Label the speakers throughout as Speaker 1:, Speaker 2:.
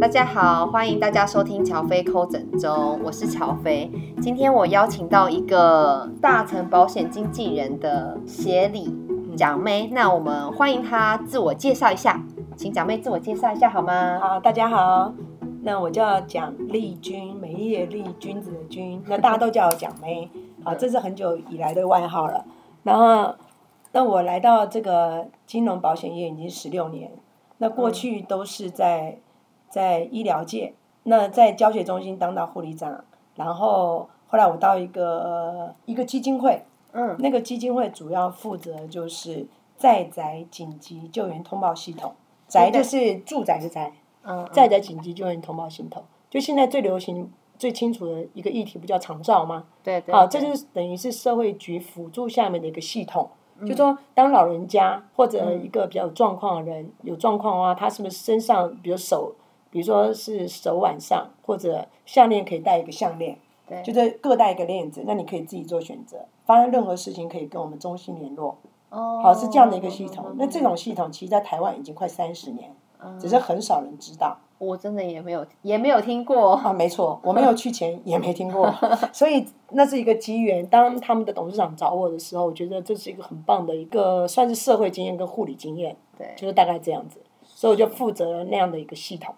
Speaker 1: 大家好，欢迎大家收听乔飞抠整周，我是乔飞。今天我邀请到一个大成保险经纪人的协理
Speaker 2: 嗯
Speaker 1: 蒋妹，那我们欢迎她自我介绍一下，请蒋妹自我介绍一下好吗？
Speaker 2: 好，大家好，那我叫蒋丽君，美丽的丽，君子的君，那大家都叫我蒋妹，好，这是很久以来的外号了。然后，那我来到这个金融保险业已经十六年，那过去都是在在医疗界，那在教学中心当到护理长，然后后来我到一个一个基金会，
Speaker 1: 嗯
Speaker 2: 那个基金会主要负责就是在宅紧急救援通报系统，宅就是住宅的宅。
Speaker 1: 嗯，
Speaker 2: 再在紧急救援通报系统，就现在最流行、最清楚的一个议题，不叫长照吗？
Speaker 1: 对对，
Speaker 2: 啊，这
Speaker 1: 对
Speaker 2: 就是等于是社会局辅助下面的一个系统，
Speaker 1: 嗯
Speaker 2: 就说当老人家或者一个比较有状况的人、有状况的话，他是不是身上，比如手，比如说是手腕上或者项链可以戴一个项链，
Speaker 1: 对
Speaker 2: 就是各戴一个链子，那你可以自己做选择。发生任何事情可以跟我们中心联络，
Speaker 1: 哦
Speaker 2: 好是这样的一个系统。那这种系统其实，在台湾已经快三十年，只是很少人知道。
Speaker 1: 嗯我真的也没有也没有听过，
Speaker 2: 啊，没错，我没有去前也没听 过，所以那是一个机缘。当他们的董事长找我的时候，我觉得这是一个很棒的一个算是社会经验跟护理经验，
Speaker 1: 对
Speaker 2: 就是大概这样子。所以我就负责了那样的一个系统。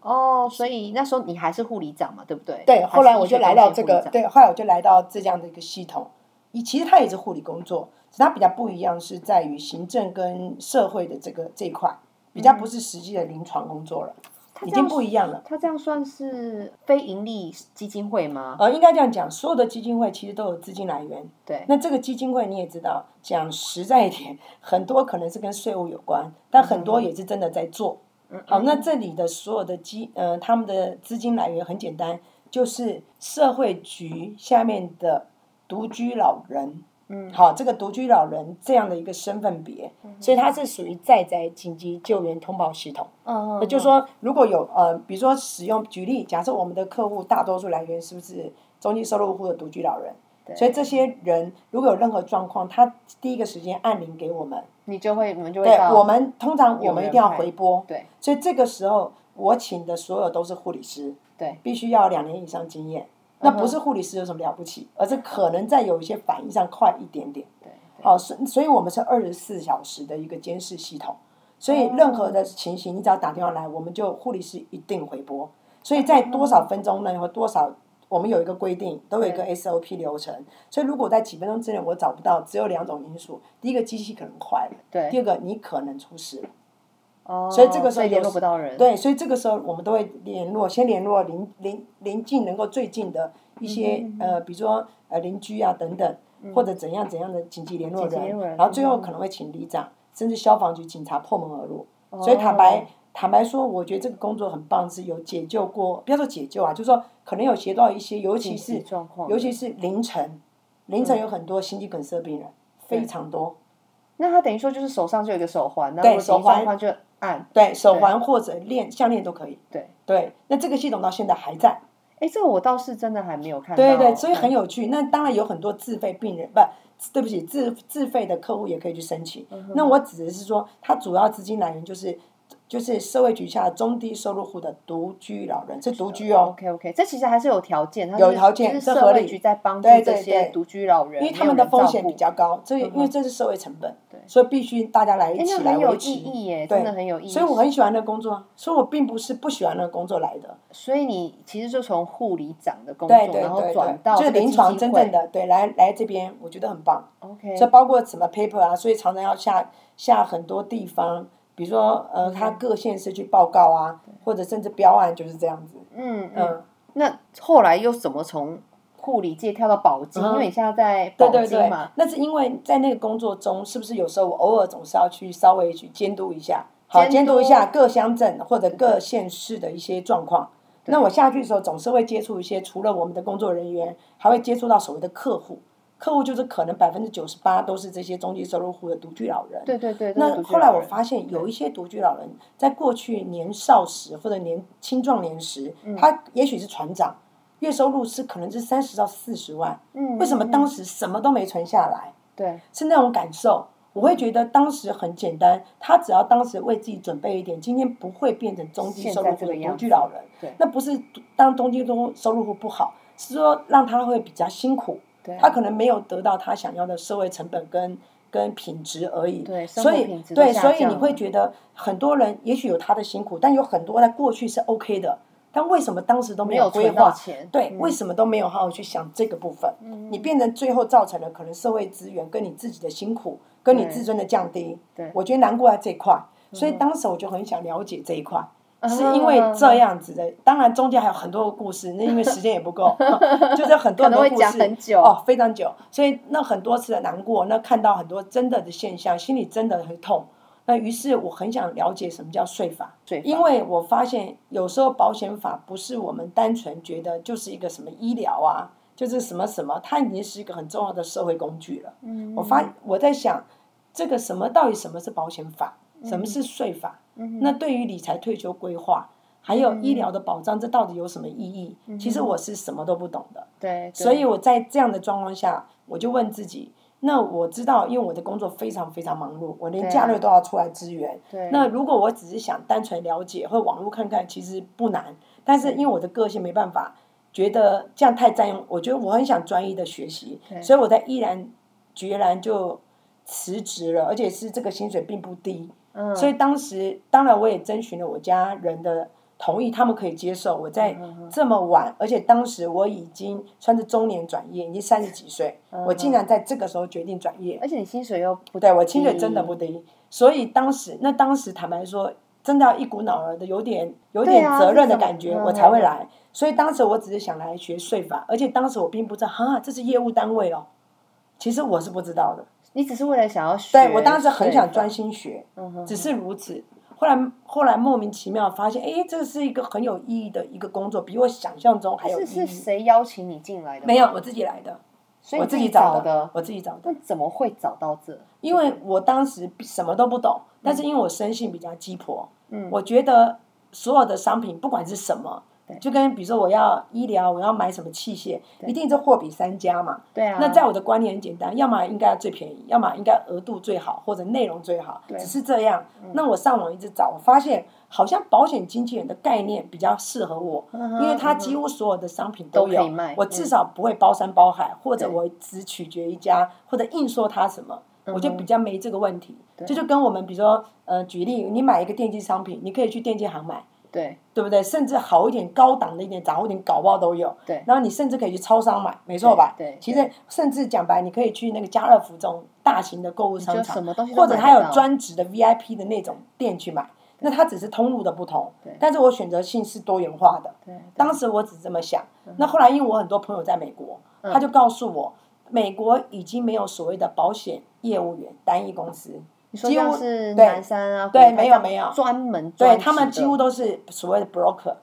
Speaker 1: 哦，所以那时候你还是护理长嘛，对不对？
Speaker 2: 对，
Speaker 1: 还是
Speaker 2: 后来我
Speaker 1: 医学
Speaker 2: 就来
Speaker 1: 中
Speaker 2: 到
Speaker 1: 心
Speaker 2: 这
Speaker 1: 护理
Speaker 2: 个
Speaker 1: 长，
Speaker 2: 对，后来我就来到这样的一个系统。以其实它也是护理工作，只是它比较不一样是在于行政跟社会的这个这一块，比较不是实际的临床工作了，
Speaker 1: 他
Speaker 2: 已
Speaker 1: 这样
Speaker 2: 经不一嗯样了。
Speaker 1: 他这样算是非盈利基金会吗？
Speaker 2: 呃，应该这样讲，所有的基金会其实都有资金来源。
Speaker 1: 对
Speaker 2: 那这个基金会你也知道，讲实在一点，很多可能是跟税务有关，但很多也是真的在做。好，那这里的所有的基呃，他们的资金来源很简单，就是社会局下面的独居老人。嗯，好，这个独居老人这样的一个身份别，所以它是属于在宅紧急救援通报系统。
Speaker 1: 嗯，
Speaker 2: 那就是说，如果有呃，比如说使用，举例，假设我们的客户大多数来源是不是中低收入户的独居老人？所以这些人如果有任何状况，他第一个时间按铃给我们。
Speaker 1: 你就会你们就会
Speaker 2: 对，
Speaker 1: 到
Speaker 2: 我们通常我
Speaker 1: 哦有
Speaker 2: 们一
Speaker 1: 人
Speaker 2: 定要
Speaker 1: 派
Speaker 2: 回拨。
Speaker 1: 对
Speaker 2: 所以这个时候，我请的所有都是护理师，
Speaker 1: 对，
Speaker 2: 必须要有两年以上经
Speaker 1: 嗯
Speaker 2: 验。那不是护理师有什么了不起，而是可能在有一些反应上快一点点。
Speaker 1: 对对
Speaker 2: 好，哦所所以我们是二十四小时的一个监视系统，所以任何的情形，你只要打电话来，我们就护理师一定回拨。所以在多少分钟内和多少，我们有一个规定，都有一个 SOP 流程。所以如果在几分钟之内我找不到，只有两种因素：第一个机器可能坏了，第
Speaker 1: 对，
Speaker 2: 二个你可能出事了。
Speaker 1: 哦，
Speaker 2: 所以这个时候
Speaker 1: 所以联
Speaker 2: 有
Speaker 1: 络不到人，
Speaker 2: 对，所以这个时候我们都会联络，先联络邻邻邻近能够最近的一些
Speaker 1: 嗯
Speaker 2: 呃，比如说呃邻居啊等等，或者怎样怎样的紧急联络
Speaker 1: 紧急联
Speaker 2: 人
Speaker 1: 络人，嗯
Speaker 2: 然后最后可能会请里长甚至消防局警察破门而入。
Speaker 1: 哦
Speaker 2: 所以坦白坦白说，我觉得这个工作很棒，是有解救过，不要说解救啊，就是说可能有协到一些，尤
Speaker 1: 紧
Speaker 2: 其
Speaker 1: 急
Speaker 2: 是
Speaker 1: 状况，嗯
Speaker 2: 尤其是凌晨，凌晨有很多心肌梗塞病人，非常多。
Speaker 1: 那他等于说就是手上就有一个手环，然
Speaker 2: 对
Speaker 1: 后
Speaker 2: 手环
Speaker 1: 的话就按，
Speaker 2: 对手环或者链项链都可以。
Speaker 1: 对
Speaker 2: 对，那这个系统到现在还在。
Speaker 1: 哎，这个我倒是真的还没有看到，
Speaker 2: 对对，所以很
Speaker 1: 嗯
Speaker 2: 有趣。那当然有很多自费病人，不，对不起，自自费的客户也可以去申请。
Speaker 1: 嗯
Speaker 2: 那我指的是说，它主要资金来源就是就是社会局下的中低收入户的独居老人，是独居哦，
Speaker 1: OK OK，这其实还是有条件，它
Speaker 2: 有
Speaker 1: 就是
Speaker 2: 条件
Speaker 1: 就是
Speaker 2: 这
Speaker 1: 社
Speaker 2: 合
Speaker 1: 会
Speaker 2: 理
Speaker 1: 局在帮助
Speaker 2: 对
Speaker 1: 这
Speaker 2: 对
Speaker 1: 些
Speaker 2: 对
Speaker 1: 独居老人，
Speaker 2: 因为他
Speaker 1: 没有
Speaker 2: 们的
Speaker 1: 人
Speaker 2: 风
Speaker 1: 照
Speaker 2: 险比
Speaker 1: 顾嗯
Speaker 2: 较高，这因为这是社会成本
Speaker 1: 对，
Speaker 2: 所以必须大家来
Speaker 1: 哎
Speaker 2: 一
Speaker 1: 那
Speaker 2: 起来
Speaker 1: 很有
Speaker 2: 维
Speaker 1: 意
Speaker 2: 持。
Speaker 1: 义耶，
Speaker 2: 对
Speaker 1: 真的很有意义。
Speaker 2: 所以我很喜欢那个工作，所以我并不是不喜欢那个工作来的。
Speaker 1: 所以你其实就从护理长的工作，
Speaker 2: 对对
Speaker 1: 然后
Speaker 2: 对
Speaker 1: 转
Speaker 2: 对，
Speaker 1: 到
Speaker 2: 就是
Speaker 1: 这个
Speaker 2: 临
Speaker 1: 基
Speaker 2: 床
Speaker 1: 金
Speaker 2: 真
Speaker 1: 会
Speaker 2: 正的对来来这边，我觉得很棒。
Speaker 1: OK，
Speaker 2: 所以包括什么 paper 啊，所以常常要下下很多地方，比如说呃，他各县市去报告啊，或者甚至标案就是这样子。
Speaker 1: 嗯嗯。
Speaker 2: 嗯，
Speaker 1: 那后来又怎么从护理界跳到保金？
Speaker 2: 嗯
Speaker 1: 因为你现在在
Speaker 2: 对
Speaker 1: 保
Speaker 2: 对
Speaker 1: 金
Speaker 2: 对
Speaker 1: 嘛，，
Speaker 2: 那是因为在那个工作中，是不是有时候我偶尔总是要去稍微去监督一下，好
Speaker 1: 监
Speaker 2: 监督一
Speaker 1: 督
Speaker 2: 下各乡镇或者各县市的一些状况。那我下去的时候，总是会接触一些，除了我们的工作人员，还会接触到所谓的客户。客户就是可能百分之九十八都是这些中低收入户的独居老人。
Speaker 1: 对对对。都是
Speaker 2: 那
Speaker 1: 独居
Speaker 2: 后来
Speaker 1: 老
Speaker 2: 我
Speaker 1: 人
Speaker 2: 发现，有一些独居老人在过去年少时或者年青壮年时，
Speaker 1: 嗯
Speaker 2: 他也许是船长，月收入是可能是三十到四十万，
Speaker 1: 嗯
Speaker 2: 为什么当时什么都没存下来？
Speaker 1: 对
Speaker 2: 是那种感受。我会觉得当时很简单，他只要当时为自己准备一点，今天不会变成中低收入
Speaker 1: 现在这
Speaker 2: 户
Speaker 1: 个
Speaker 2: 的
Speaker 1: 样
Speaker 2: 独
Speaker 1: 子
Speaker 2: 居老人。
Speaker 1: 对
Speaker 2: 那不是当中低收收入户不好，是说让他会比较辛苦，
Speaker 1: 对
Speaker 2: 他可能没有得到他想要的社会成本跟跟品质而已。
Speaker 1: 对，生
Speaker 2: 所
Speaker 1: 活
Speaker 2: 以
Speaker 1: 品质都
Speaker 2: 对，
Speaker 1: 下
Speaker 2: 所以
Speaker 1: 降
Speaker 2: 你会
Speaker 1: 了
Speaker 2: 觉得很多人也许有他的辛苦，但有很多在过去是 OK 的，但为什么当时都
Speaker 1: 没
Speaker 2: 有规
Speaker 1: 存到
Speaker 2: 划？
Speaker 1: 钱，
Speaker 2: 对，
Speaker 1: 嗯
Speaker 2: 为什么都没有好好去想这个部分？
Speaker 1: 嗯
Speaker 2: 你变成最后造成了可能社会资源跟你自己的辛苦，跟你
Speaker 1: 对
Speaker 2: 自尊的降低。
Speaker 1: 对
Speaker 2: 我觉得难过在这一块，所以
Speaker 1: 嗯
Speaker 2: 当时我就很想了解这一块。
Speaker 1: 嗯
Speaker 2: 是因为这样子的，当然中间还有很多个故事，那因为时间也不 够，就是很多
Speaker 1: 嗯可能
Speaker 2: 很多
Speaker 1: 会
Speaker 2: 故
Speaker 1: 讲
Speaker 2: 事
Speaker 1: 很久
Speaker 2: 哦，非常久，所以那很多次的难过，那看到很多真的的现象，心里真的很痛。那于是我很想了解什么叫税法，
Speaker 1: 税法
Speaker 2: 因为我发现有时候保险法不是我们单纯觉得就是一个什么医疗啊，就是什么什么，它已经是一个很重要的社会工具了。
Speaker 1: 嗯
Speaker 2: 我发我在想，这个什么到底什么是保险法，什么是税法？
Speaker 1: 嗯
Speaker 2: 那对于理财、退休规划，还有医疗的保障，这到底有什么意义？
Speaker 1: 嗯
Speaker 2: 其实我是什么都不懂的，
Speaker 1: 对，对
Speaker 2: 所以我在这样的状况下，我就问自己：那我知道，因为我的工作非常非常忙碌，我连
Speaker 1: 对
Speaker 2: 假日都要出来支援。
Speaker 1: 对
Speaker 2: 那如果我只是想单纯了解或网络看看，其实不难。但是因为我的个性没办法，觉得这样太占用。我觉得我很想专一的学习，
Speaker 1: 对
Speaker 2: 所以我在毅然决然就辞职了，而且是这个薪水并不低。
Speaker 1: 嗯
Speaker 2: 所以当时当然我也征询了我家人的同意，他们可以接受我在
Speaker 1: 嗯
Speaker 2: 这么晚，而且当时我已经算是中年转业，已经三十几岁，
Speaker 1: 嗯
Speaker 2: 我竟然在这个时候决定转业，
Speaker 1: 而且你薪水又不
Speaker 2: 对我薪水真的不
Speaker 1: 嗯
Speaker 2: 低，所以当时那当时坦白说，真的要一股脑儿的有点有
Speaker 1: 对
Speaker 2: 点
Speaker 1: 啊
Speaker 2: 责任的
Speaker 1: 是怎么
Speaker 2: 感觉，
Speaker 1: 嗯
Speaker 2: 我才会来。所以当时我只是想来学税法，而且当时我并不知道哈，这是业务单位哦，其实我是不知道的。
Speaker 1: 你只是为了想要学，
Speaker 2: 对我当时很想专
Speaker 1: 心，
Speaker 2: 心学，
Speaker 1: 嗯哼
Speaker 2: 只是如此。后来后来莫名其妙发现，哎，这是一个很有意义的一个工作，比我想象中还有
Speaker 1: 是
Speaker 2: 意
Speaker 1: 是
Speaker 2: 义。
Speaker 1: 谁邀请你进来的？
Speaker 2: 没有，，我自己来的，
Speaker 1: 所以
Speaker 2: 我
Speaker 1: 你
Speaker 2: 自
Speaker 1: 己
Speaker 2: 己找
Speaker 1: 的，
Speaker 2: 我自己找的。
Speaker 1: 那怎么会找到这？
Speaker 2: 因为我当时什么都不懂，但是因为我生性比较鸡婆，
Speaker 1: 嗯
Speaker 2: 我觉得所有的商品不管是什么
Speaker 1: 对，
Speaker 2: 就跟比如说我要医疗，我要买什么器械，
Speaker 1: 对
Speaker 2: 一定是货比三家嘛。
Speaker 1: 对啊，
Speaker 2: 那在我的观念很简单，要么应该最便宜，要么应该额度最好或者内容最好，
Speaker 1: 对嗯
Speaker 2: 只是这样。那我上网一直找，我发现好像保险经纪人的概念比较适合我，
Speaker 1: 嗯哼
Speaker 2: 因为它几
Speaker 1: 嗯
Speaker 2: 乎所有的商品
Speaker 1: 都可
Speaker 2: 有
Speaker 1: 以卖，
Speaker 2: 我至少不会包山包海，或者
Speaker 1: 对
Speaker 2: 我只取决一家，或者硬说它什么。我就比较没这个问题，
Speaker 1: 对
Speaker 2: 这就跟我们比如说，呃，举例，你买一个电器商品，你可以去电器行买，
Speaker 1: 哼对
Speaker 2: 对不对？甚至好一点、高档的一点、杂货店、搞包都有。
Speaker 1: 对
Speaker 2: 然后你甚至可以去超商买，没错吧？
Speaker 1: 对对
Speaker 2: 其实甚至讲白，你可以去那个家乐福这种大型的购物商
Speaker 1: 你就什
Speaker 2: 场，
Speaker 1: 么东西都
Speaker 2: 或者它
Speaker 1: 买得
Speaker 2: 有
Speaker 1: 到
Speaker 2: 专职的 VIP 的那种店去买。那它只是通路的不同
Speaker 1: 对，
Speaker 2: 但是我选择性是多元化的。
Speaker 1: 对，嗯
Speaker 2: 当时我只这么想。那后来因为我很多朋友在美国，他就告诉我，美国已经没有所谓的保险业务员单一公司，
Speaker 1: 你说
Speaker 2: 几乎
Speaker 1: 像是
Speaker 2: 对
Speaker 1: 南山啊，
Speaker 2: 对
Speaker 1: 国泰
Speaker 2: 没有
Speaker 1: 这样
Speaker 2: 没有
Speaker 1: 专门
Speaker 2: 对
Speaker 1: 专职
Speaker 2: 他们几乎
Speaker 1: 的
Speaker 2: 都是所谓的 broker。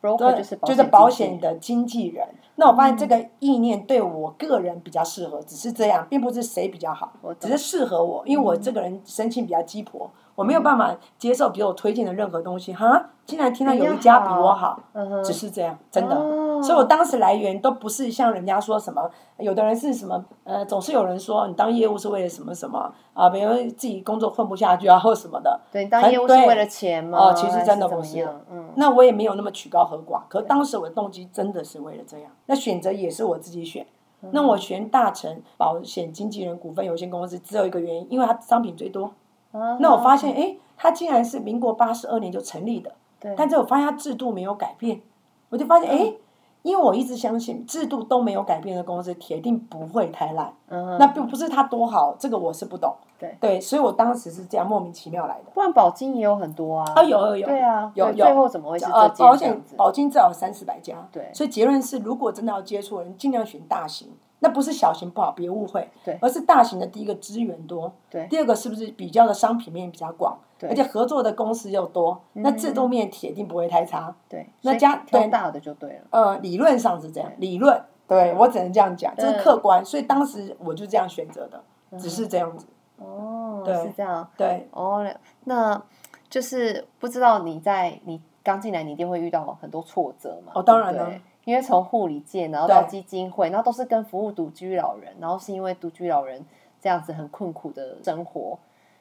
Speaker 1: broker 就是
Speaker 2: 就是保
Speaker 1: 经纪嗯
Speaker 2: 险的经纪人。那我发现这个意念对我个人比较适合，只是这样，并不是谁比较好
Speaker 1: 我，懂嗯
Speaker 2: 只是适合我，因为我这个人生性比较鸡婆，我没有办法接受比我推荐的任何东西。哈，竟然听到有一家比我好，
Speaker 1: 哎嗯哼
Speaker 2: 只是这样，真的。
Speaker 1: 哦
Speaker 2: 所以我当时来源都不是像人家说什么，有的人是什么，呃，总是有人说你当业务是为了什么什么啊，比如自己工作混不下去啊，或什么的。
Speaker 1: 对，你当
Speaker 2: 很
Speaker 1: 业务是
Speaker 2: 对
Speaker 1: 为了钱吗？
Speaker 2: 哦其实
Speaker 1: 还
Speaker 2: 真的
Speaker 1: 怎
Speaker 2: 不
Speaker 1: 么
Speaker 2: 是
Speaker 1: 样嗯，
Speaker 2: 那我也没有那么曲高和寡，可当时我的动机真的是为了这样。那选择也是我自己选。那我选大成保险经纪人股份有限公司，只有一个原因，因为它商品最多。
Speaker 1: 啊
Speaker 2: 那我发现，哎，它竟然是民国八十二年就成立的，
Speaker 1: 对，
Speaker 2: 但是我发现它制度没有改变，我就发现，哎，因为我一直相信制度都没有改变的公司，铁定不会太烂。
Speaker 1: 嗯
Speaker 2: 那
Speaker 1: 哼，
Speaker 2: 并不是它多好，这个我是不懂。
Speaker 1: 对
Speaker 2: 对，所以我当时是这样莫名其妙来的。
Speaker 1: 不然保金也有很多啊，
Speaker 2: 啊，有有有，
Speaker 1: 对啊，
Speaker 2: 有
Speaker 1: 对
Speaker 2: 有
Speaker 1: 最后怎么会是
Speaker 2: 呃，
Speaker 1: 这
Speaker 2: 保
Speaker 1: 件这
Speaker 2: 险
Speaker 1: 样子？
Speaker 2: 保金至少三四百家，
Speaker 1: 对
Speaker 2: 所以结论是，如果真的要接触人，尽量选大型，那不是小型不好，别误会，
Speaker 1: 对
Speaker 2: 而是大型的第一个资源多，
Speaker 1: 对
Speaker 2: 第二个是不是比较的商品面比较广，
Speaker 1: 对嗯
Speaker 2: 而且合作的公司又多，那制度面铁定不会太差，
Speaker 1: 对，
Speaker 2: 那
Speaker 1: 所以
Speaker 2: 加
Speaker 1: 挑
Speaker 2: 对
Speaker 1: 大的就对了，
Speaker 2: 呃，理论上是这样，理论，对我只能这样讲，这是
Speaker 1: 对
Speaker 2: 客观，所以当时我就这样选择的，只是这样子，
Speaker 1: 哦，
Speaker 2: 对
Speaker 1: 是这样，
Speaker 2: 对，
Speaker 1: 哦，那就是不知道你在你刚进来，你一定会遇到很多挫折嘛？
Speaker 2: 哦当然
Speaker 1: 对不
Speaker 2: 了
Speaker 1: 对因为从护理界，然后到
Speaker 2: 对
Speaker 1: 基金会，然后都是跟服务独居老人，然后是因为独居老人。这样子很困苦的生活，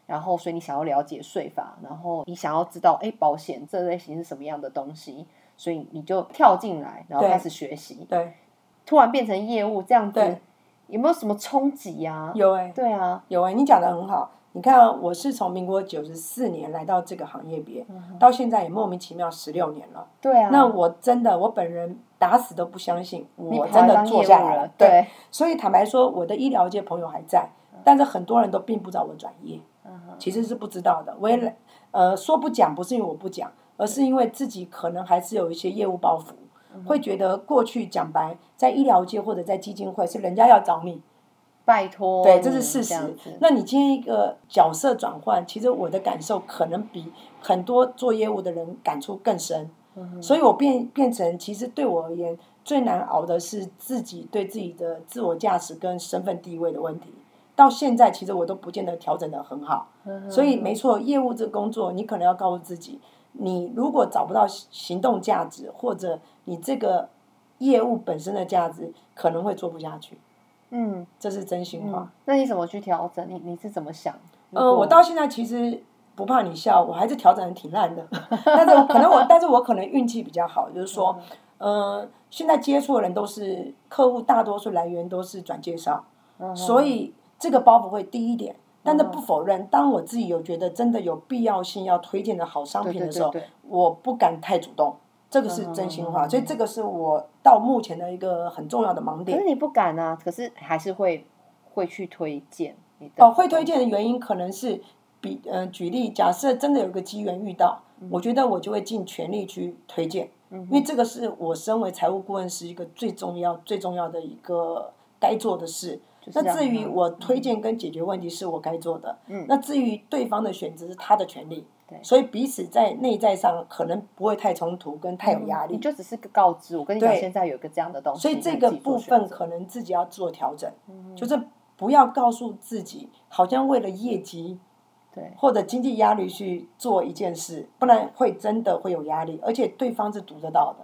Speaker 1: 然后所以你想要了解税法，然后你想要知道哎保险这类型是什么样的东西，所以你就跳进来，然后
Speaker 2: 对
Speaker 1: 开始学习，
Speaker 2: 对，
Speaker 1: 突然变成业务这样子
Speaker 2: 对，
Speaker 1: 有没有什么冲击呀？
Speaker 2: 有哎、
Speaker 1: 对啊，
Speaker 2: 有哎、你讲的很好。你看啊、我是从民国九十四年来到这个行业别，
Speaker 1: 嗯
Speaker 2: 到现在也莫名其妙十六年了。
Speaker 1: 对啊，
Speaker 2: 那我真的，我本人打死都不相信，
Speaker 1: 你跑
Speaker 2: 我
Speaker 1: 来
Speaker 2: 真的
Speaker 1: 当业
Speaker 2: 做
Speaker 1: 务
Speaker 2: 下来
Speaker 1: 了
Speaker 2: 了。，
Speaker 1: 对，
Speaker 2: 所以坦白说，我的医疗界朋友还在，但是很多人都并不知道我转业，
Speaker 1: 嗯哼
Speaker 2: 其实是不知道的。我也懒呃说不讲，不是因为我不讲，而是因为自己可能还是有一些业务包
Speaker 1: 嗯
Speaker 2: 袱，会觉得过去讲白，在医疗界或者在基金会是人家要找你，
Speaker 1: 拜托你，
Speaker 2: 对，这是事实
Speaker 1: 样子。
Speaker 2: 那你今天一个角色转换，其实我的感受可能比很多做业务的人感触更深，
Speaker 1: 嗯哼
Speaker 2: 所以我变变成，其实对我而言最难熬的是自己对自己的自我价值跟身份地位的问题。到现在，其实我都不见得调整的很好，
Speaker 1: 嗯哼
Speaker 2: 所以没错，业务这工作，你可能要告诉自己，你如果找不到行行动价值，或者你这个业务本身的价值，可能会做不下去，
Speaker 1: 嗯，
Speaker 2: 这是真心话。
Speaker 1: 嗯，那你怎么去调整？你你是怎么想？
Speaker 2: 呃，我到现在其实不怕你笑，我还是调整的挺烂的， 但是我可能 我，但是我可能运气比较好，就是说，呃，现在接触的人都是客户，大多数来源都是转介绍，
Speaker 1: 嗯哦
Speaker 2: 所以这个包袱会低一点。但是不否认，当我自己有觉得真的有必要性要推荐的好商
Speaker 1: 对
Speaker 2: 品
Speaker 1: 对
Speaker 2: 的时
Speaker 1: 对嗯
Speaker 2: 候，
Speaker 1: 对，
Speaker 2: 我不敢太主动，这个是真心话，所以这个是我到目前的一个很重要的盲
Speaker 1: 可
Speaker 2: 点
Speaker 1: 是。你不敢啊，可是还是会会去推荐你的
Speaker 2: 哦，会推荐的原因可能是比嗯、呃，举例，假设真的有个机缘遇到，
Speaker 1: 嗯
Speaker 2: 我觉得我就会尽全力去推荐，因为这个是我身为财务顾问是一个最重要、最重要的一个该做的事。
Speaker 1: 就是啊
Speaker 2: 那
Speaker 1: 让
Speaker 2: 至于
Speaker 1: 他
Speaker 2: 我推荐跟解决问题是我该做的，
Speaker 1: 嗯
Speaker 2: 那至于对方的选择是他的权利
Speaker 1: 对，
Speaker 2: 所以彼此在内在上可能不会太冲突跟太有压
Speaker 1: 嗯
Speaker 2: 力
Speaker 1: 你，就只是个告知。我跟你讲，
Speaker 2: 对
Speaker 1: 现在有一个这样的东西，
Speaker 2: 所以这
Speaker 1: 你
Speaker 2: 个
Speaker 1: 自己做
Speaker 2: 部
Speaker 1: 选
Speaker 2: 分
Speaker 1: 择嗯
Speaker 2: 可能自己要做调整，就是不要告诉自己好像为了业绩
Speaker 1: 对，
Speaker 2: 或者经济压力去做一件事，不然会真的会有压力，而且对方是读得到的，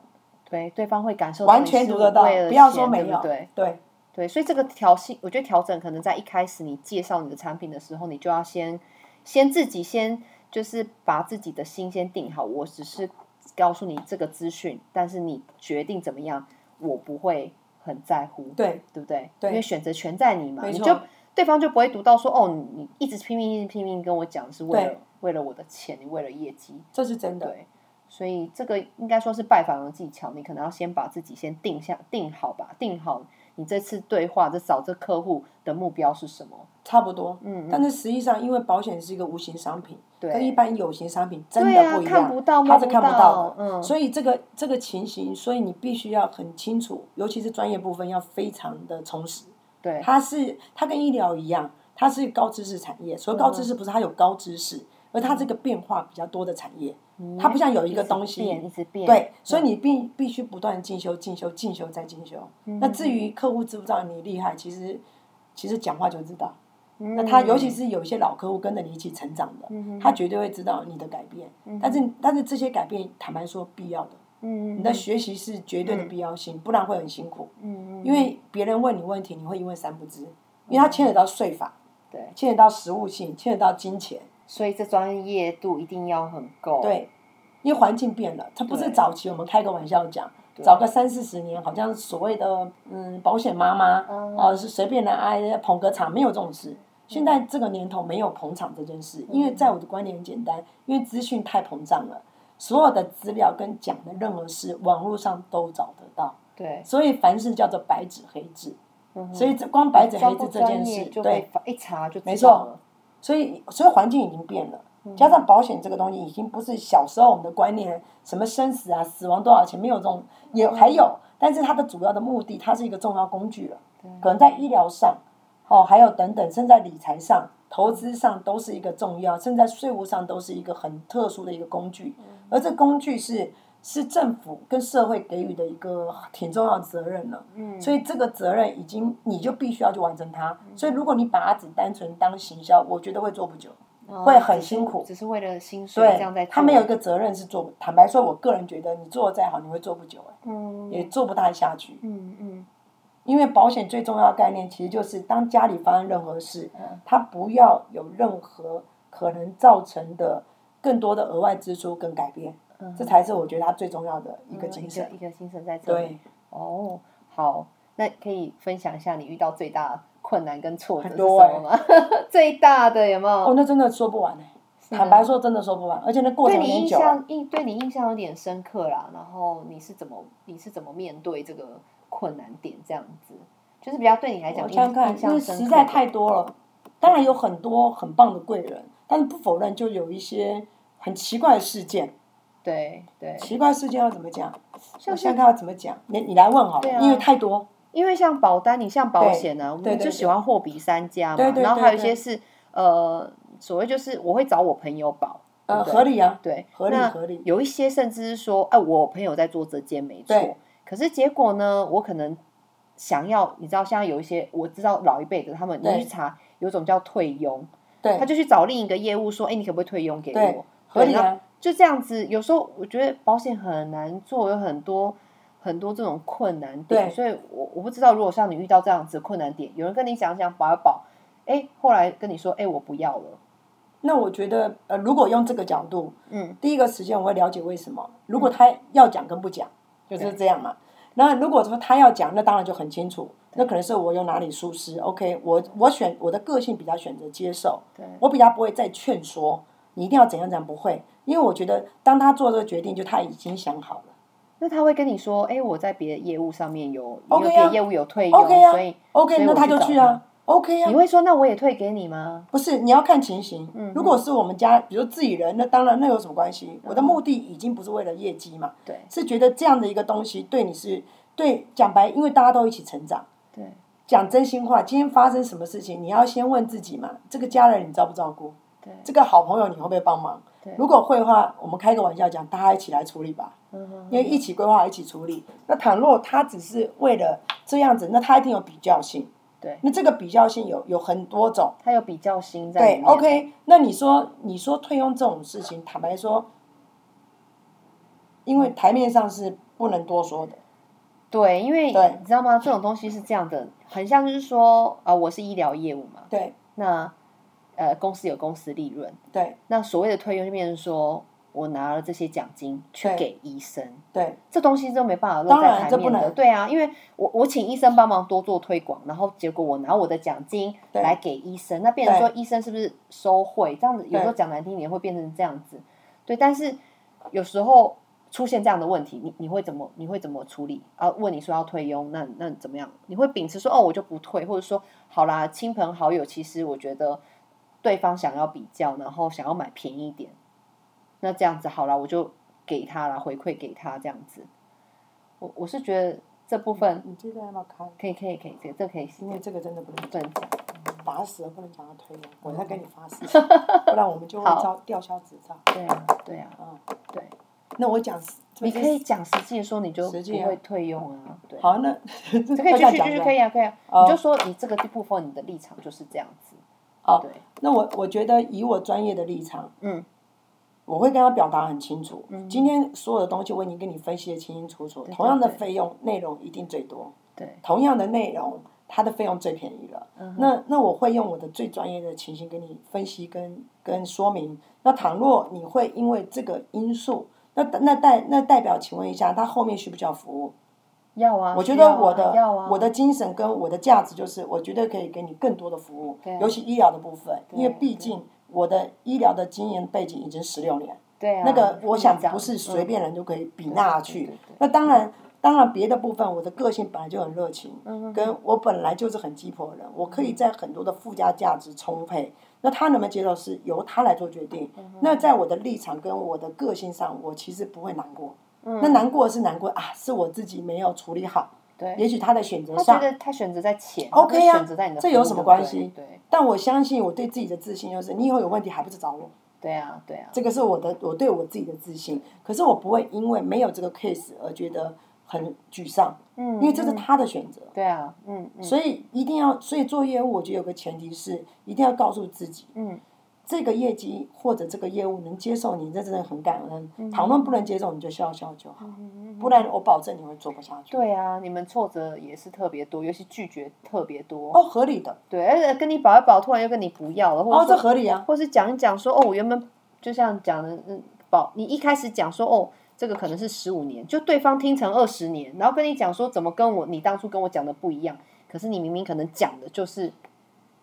Speaker 1: 对，对方会感受
Speaker 2: 完
Speaker 1: 你
Speaker 2: 全
Speaker 1: 是
Speaker 2: 读得到，
Speaker 1: 为了
Speaker 2: 不要说
Speaker 1: 钱
Speaker 2: 没
Speaker 1: 对
Speaker 2: 有，
Speaker 1: 不对
Speaker 2: 对
Speaker 1: 对，所以这个调性，我觉得调整可能在一开始你介绍你的产品的时候，你就要先先自己先就是把自己的心先定好。我只是告诉你这个资讯，但是你决定怎么样，我不会很在乎，
Speaker 2: 对
Speaker 1: 对不对？
Speaker 2: 对
Speaker 1: 因为选择权在你嘛，
Speaker 2: 没
Speaker 1: 你
Speaker 2: 错
Speaker 1: 就对方就不会读到说哦，你一直拼命一直拼命跟我讲是为
Speaker 2: 对
Speaker 1: 了为了我的钱，你为了业绩，
Speaker 2: 这是真的，
Speaker 1: 对。所以这个应该说是拜访的技巧，你可能要先把自己先定下、定好吧，定好你这次对话这找这客户的目标是什么？
Speaker 2: 差不多。
Speaker 1: 嗯，
Speaker 2: 但是实际上，因为保险是一个无形商品，跟一
Speaker 1: 对，
Speaker 2: 般有形商品真
Speaker 1: 对
Speaker 2: 的
Speaker 1: 啊，
Speaker 2: 不一
Speaker 1: 看
Speaker 2: 样，
Speaker 1: 不到，
Speaker 2: 它
Speaker 1: 摸
Speaker 2: 是
Speaker 1: 不
Speaker 2: 看不到的。
Speaker 1: 嗯，
Speaker 2: 所以这个这个情形，所以你必须要很清楚，尤其是专业部分要非常的充实。
Speaker 1: 对，
Speaker 2: 它是它跟医疗一样，它是高知识产业。所谓高知
Speaker 1: 嗯
Speaker 2: 识，不是它有高知识，而它这个变化比较多的产业，它不像有一个
Speaker 1: 直
Speaker 2: 东西
Speaker 1: 嗯变一嗯直变，
Speaker 2: 对，所以你必必须不断地进修、进修、进修再进修。那至
Speaker 1: 嗯
Speaker 2: 于客户知不知道你厉害，其实其实讲话就知道。
Speaker 1: 嗯
Speaker 2: 那他尤其是有一些老客户跟着你一起成长的，他绝对会知道你的改变。但是但是这些改变，坦白说，必要的。
Speaker 1: 嗯，
Speaker 2: 你的学习是绝对的必要性，不然会很辛苦。
Speaker 1: 嗯，嗯嗯
Speaker 2: 因为别人问你问题，你会一问三不知，因为它牵扯到税法，
Speaker 1: 对，
Speaker 2: 牵扯到实物性，牵扯到金钱，
Speaker 1: 所以这专业度一定要很够，
Speaker 2: 对，因为环境变了，它不是
Speaker 1: 对
Speaker 2: 早期我们开个玩笑讲，
Speaker 1: 对
Speaker 2: 早个三四十年，好像所谓的嗯保险妈妈，
Speaker 1: 嗯
Speaker 2: 哦、是随便来哎捧个场，没有这种事。现在这个年头没有捧场这件
Speaker 1: 嗯
Speaker 2: 事，因为在我的观点很简单，因为资讯太膨胀了，所有的资料跟讲的任何事，网络上都找得到，
Speaker 1: 对，
Speaker 2: 所以凡事叫做白纸黑字。
Speaker 1: 嗯哼
Speaker 2: 所以这光白纸黑
Speaker 1: 专不
Speaker 2: 字这件
Speaker 1: 专
Speaker 2: 事
Speaker 1: 业，就
Speaker 2: 对
Speaker 1: 会，发一查就
Speaker 2: 没
Speaker 1: 知道
Speaker 2: 错
Speaker 1: 了，
Speaker 2: 所以所以环境已经变了，加上保险这个东西已经不是小时候我们的观念，什么生死啊、死亡多少钱没有这种，也还有，但是它的主要的目的，它是一个重要工具了，可能在医疗上，哦，还有等等，甚至在理财上、投资上都是一个重要，甚至在税务上都是一个很特殊的一个工具，而这工具是。是政府跟社会给予的一个挺重要的责任了，
Speaker 1: 嗯
Speaker 2: 所以这个责任已经你就必须要去完成它。所以如果你把它只单纯当行销，我觉得会做不久，
Speaker 1: 嗯
Speaker 2: 会很
Speaker 1: 只是
Speaker 2: 辛苦
Speaker 1: 只是为了薪水这样在
Speaker 2: 对，他没
Speaker 1: 做
Speaker 2: 有一个责任是做不。坦白说，我个人觉得你做的再好，你会做不久、欸，
Speaker 1: 嗯
Speaker 2: 也做不大下去。
Speaker 1: 嗯嗯，
Speaker 2: 因为保险最重要的概念其实就是，当家里发生任何事
Speaker 3: 嗯，
Speaker 2: 它不要有任何可能造成的更多的额外支出跟改变，
Speaker 1: 嗯
Speaker 2: 这才是我觉得它最重要的一个
Speaker 1: 嗯
Speaker 2: 精神。
Speaker 1: 一个精神在这里。
Speaker 2: 对，
Speaker 1: 哦，好，那可以分享一下你遇到最大的困难跟挫折是
Speaker 2: 很
Speaker 1: 什
Speaker 2: 多欸
Speaker 1: 么吗？ 最大的有没
Speaker 2: 哦，
Speaker 1: 有？
Speaker 2: 那真的说不完欸
Speaker 1: 是
Speaker 2: 坦
Speaker 1: 的
Speaker 2: 白说，真的说不完，而且那过
Speaker 1: 对
Speaker 2: 程
Speaker 1: 你
Speaker 2: 有点
Speaker 1: 印
Speaker 2: 久啊。
Speaker 1: 象印对你印象有点深刻啦，然后你是怎么你是怎么面对这个困难点这样子？就是比较对你来讲
Speaker 2: 我
Speaker 1: 印，
Speaker 2: 想想看，
Speaker 1: 印
Speaker 2: 因
Speaker 1: 象
Speaker 2: 为
Speaker 1: 深刻
Speaker 2: 实
Speaker 1: 的
Speaker 2: 在太多了。当然有很多很棒的贵人，但是不否认就有一些很奇怪的事件。
Speaker 1: 对对，
Speaker 2: 奇怪事件要怎么讲？
Speaker 1: 像
Speaker 2: 我
Speaker 1: 是
Speaker 2: 想看要怎么讲。你你来问好
Speaker 1: 对
Speaker 2: 了，
Speaker 1: 啊
Speaker 2: 因为太多。
Speaker 1: 因为像保单，你像保险啊呢、我
Speaker 2: 对
Speaker 1: 们
Speaker 2: 对
Speaker 1: 就喜欢货比三家嘛，
Speaker 2: 对对对
Speaker 1: 然后还有一些是呃，所谓就是我会找我朋友保，
Speaker 2: 呃，
Speaker 1: 对
Speaker 2: 合理啊，
Speaker 1: 对，
Speaker 2: 合理
Speaker 1: 那
Speaker 2: 合理
Speaker 1: 有一些甚至是说，哎、我朋友在做这件没错
Speaker 2: 对，
Speaker 1: 可是结果呢，我可能想要，你知道，现在有一些我知道老一辈的他们，你
Speaker 2: 对
Speaker 1: 去查，有种叫退佣，
Speaker 2: 对
Speaker 1: 他，就去找另一个业务说，哎、你可不可以退佣给
Speaker 2: 对
Speaker 1: 我？
Speaker 2: 合理
Speaker 1: 对然
Speaker 2: 啊
Speaker 1: 后。就这样子，有时候我觉得保险很难做，有很多很多这种困难点，
Speaker 2: 对
Speaker 1: 所以我我不知道，如果像你遇到这样子的困难点，有人跟你讲讲保一保，哎、后来跟你说，哎、我不要了，
Speaker 2: 那我觉得，呃，如果用这个角度，
Speaker 1: 嗯，
Speaker 2: 第一个时间我会了解为什么。如果他要讲跟不讲，就是这样嘛。那如果说他要讲，那当然就很清楚，那可能是我有哪里疏失。OK，我我选我的个性比较选择接受，
Speaker 1: 对
Speaker 2: 我比较不会再劝说你一定要怎样怎样，不会，因为我觉得当他做这个决定，就他已经想好了。
Speaker 1: 那他会跟你说，哎、我在别的业务上面有
Speaker 2: OK
Speaker 1: 有别
Speaker 2: 啊
Speaker 1: 的业务有退佣
Speaker 2: OK 啊
Speaker 1: 所以所
Speaker 2: ，OK，
Speaker 1: 以
Speaker 2: 那
Speaker 1: 我
Speaker 2: 他就
Speaker 1: 找
Speaker 2: 去啊，OK
Speaker 1: 他。
Speaker 2: 啊
Speaker 1: 你。会说，那我也退给你吗？
Speaker 2: 不是，你要看情形。
Speaker 1: 嗯
Speaker 2: 如果是我们家，比如自己人，那当然那有什么关系？我的目的已经不是为了业绩嘛，
Speaker 1: 对
Speaker 2: 是觉得这样的一个东西对你是对讲白，因为大家都一起成长。
Speaker 1: 对，
Speaker 2: 讲真心话，今天发生什么事情，你要先问自己嘛，这个家人你照不照顾？
Speaker 1: 对
Speaker 2: 这个好朋友你会不会帮忙
Speaker 1: 对？
Speaker 2: 如果会的话，我们开个玩笑讲，大家一起来处理吧，
Speaker 1: 嗯哼
Speaker 2: 因为一起规划，一起处理。那倘若他只是为了这样子，那他一定有比较性。
Speaker 1: 对，
Speaker 2: 那这个比较性有有很多种。
Speaker 1: 他有比较心在里
Speaker 2: 对
Speaker 1: 面。
Speaker 2: ，OK，那你说你说退佣这种事情，坦白说，因为台面上是不能多说的。
Speaker 1: 对，因为
Speaker 2: 对
Speaker 1: 你知道吗？这种东西是这样的，很像就是说，啊、我是医疗业务嘛，
Speaker 2: 对
Speaker 1: 那呃，公司有公司利润，
Speaker 2: 对
Speaker 1: 那所谓的退佣就变成说我拿了这些奖金去
Speaker 2: 对
Speaker 1: 给医生，
Speaker 2: 对
Speaker 1: 这东西都没办法
Speaker 2: 当
Speaker 1: 露
Speaker 2: 然
Speaker 1: 在台
Speaker 2: 这不
Speaker 1: 面的，
Speaker 2: 能
Speaker 1: 对啊，因为我我请医生帮忙多做推广，然后结果我拿我的奖金
Speaker 2: 对
Speaker 1: 来给医生，那变成
Speaker 2: 对
Speaker 1: 说医生是不是收贿？这样子有时候讲难听点会变成这样子，对，但是有时候出现这样的问题，你你会怎么你会怎么处理？啊，问你说要退佣，那那怎么样？你会秉持说哦我就不退，或者说好啦，亲朋好友其实我觉得对方想要比较，然后想要买便宜一点，那这样子好啦，我就给他啦，回馈给他这样子。我我是觉得这部分
Speaker 2: 你这个要不要开？
Speaker 1: 可以可以可以，这这可以
Speaker 2: 因为这个真的不能
Speaker 1: 不
Speaker 2: 讲，
Speaker 1: 能讲。
Speaker 2: 打死了不能讲到退佣，我再跟你发 誓，不然我们就会
Speaker 1: 好
Speaker 2: 遭吊销执照。
Speaker 1: 对啊对啊，
Speaker 2: 嗯，
Speaker 1: 对，
Speaker 2: 那我讲，这
Speaker 1: 你
Speaker 2: 就
Speaker 1: 可以讲实际的说，你就不
Speaker 2: 实际啊
Speaker 1: 会退用啊。对，
Speaker 2: 好，那
Speaker 1: 这
Speaker 2: 这
Speaker 1: 可以继续继续可
Speaker 2: 以。
Speaker 1: 以啊可以啊，
Speaker 2: 哦
Speaker 1: 你就说你这个部分你的立场就是这样子。
Speaker 2: 哦，
Speaker 1: 对，
Speaker 2: 那我我觉得以我专业的立场，
Speaker 1: 嗯，
Speaker 2: 我会跟他表达很清楚。
Speaker 1: 嗯
Speaker 2: 今天所有的东西我已经跟你分析的清清楚楚，
Speaker 1: 对对
Speaker 2: 同样的
Speaker 1: 对
Speaker 2: 费用内容一定最多，
Speaker 1: 对，
Speaker 2: 同样的内容它的费用最便宜了。
Speaker 1: 嗯哼，
Speaker 2: 那那我会用我的最专业的情形跟你分析跟跟说明。那倘若你会因为这个因素，那那代那代表，请问一下，他后面需不需要服务？
Speaker 1: 要啊，
Speaker 2: 我觉
Speaker 1: 需要
Speaker 2: 得
Speaker 1: 啊
Speaker 2: 我的、
Speaker 1: 要啊，
Speaker 2: 我的精神跟我的价值就是，我绝对可以给你更多的服务
Speaker 1: 对，
Speaker 2: 尤其医疗的部分，
Speaker 1: 对
Speaker 2: 因为毕竟我的医疗的经验背景已经十六年，
Speaker 1: 对啊，
Speaker 2: 那个我想
Speaker 1: 这样
Speaker 2: 不是随便人就可以比
Speaker 1: 嗯
Speaker 2: 纳
Speaker 1: 对
Speaker 2: 去
Speaker 1: 对。对
Speaker 2: 那当然，当然别的部分，我的个性本来就很热情，
Speaker 1: 嗯哼嗯
Speaker 2: 跟我本来就是很鸡婆的人，我可以在很多的附加价值充沛。那他能不能接受是由他来做决定。
Speaker 1: 嗯
Speaker 2: 那在我的立场跟我的个性上，我其实不会难过。
Speaker 1: 嗯
Speaker 2: 那难过是难过啊，是我自己没有处理好。
Speaker 1: 对
Speaker 2: 也许他的选择
Speaker 1: 他觉
Speaker 2: 上，
Speaker 1: 得他选择在前
Speaker 2: OK
Speaker 1: 他不是
Speaker 2: 啊
Speaker 1: 选择在你的
Speaker 2: 这
Speaker 1: 服务
Speaker 2: 有什么关系
Speaker 1: 对不对
Speaker 2: 但我相信我对自己的自信就是，你以后有问题还不是找我。
Speaker 1: 对啊，对啊，
Speaker 2: 这个是我的我对我自己的自信。可是我不会因为没有这个 case 而觉得很沮丧，
Speaker 1: 嗯，
Speaker 2: 因为这是
Speaker 1: 嗯
Speaker 2: 他的选择。
Speaker 1: 对啊，嗯嗯
Speaker 2: 所以一定要，所以做业务，我觉得有个前提是一定要告诉自己，
Speaker 1: 嗯，
Speaker 2: 这个业绩或者这个业务能接受你，这真的很感
Speaker 1: 嗯
Speaker 2: 恩。倘若不能接受，你就笑笑就好，不然我保证你会做不下去。
Speaker 1: 对啊，你们挫折也是特别多，尤其拒绝特别多。
Speaker 2: 哦，合理的，
Speaker 1: 对，而且跟你保一保，突然又跟你不要了，或
Speaker 2: 哦，
Speaker 1: 者
Speaker 2: 这
Speaker 1: 说
Speaker 2: 合理啊。
Speaker 1: 或是讲一讲说哦，我原本就像讲的，嗯，保你一开始讲说哦，这个可能是十五年，就对方听成二十年，然后跟你讲说怎么跟我你当初跟我讲的不一样，可是你明明可能讲的就是。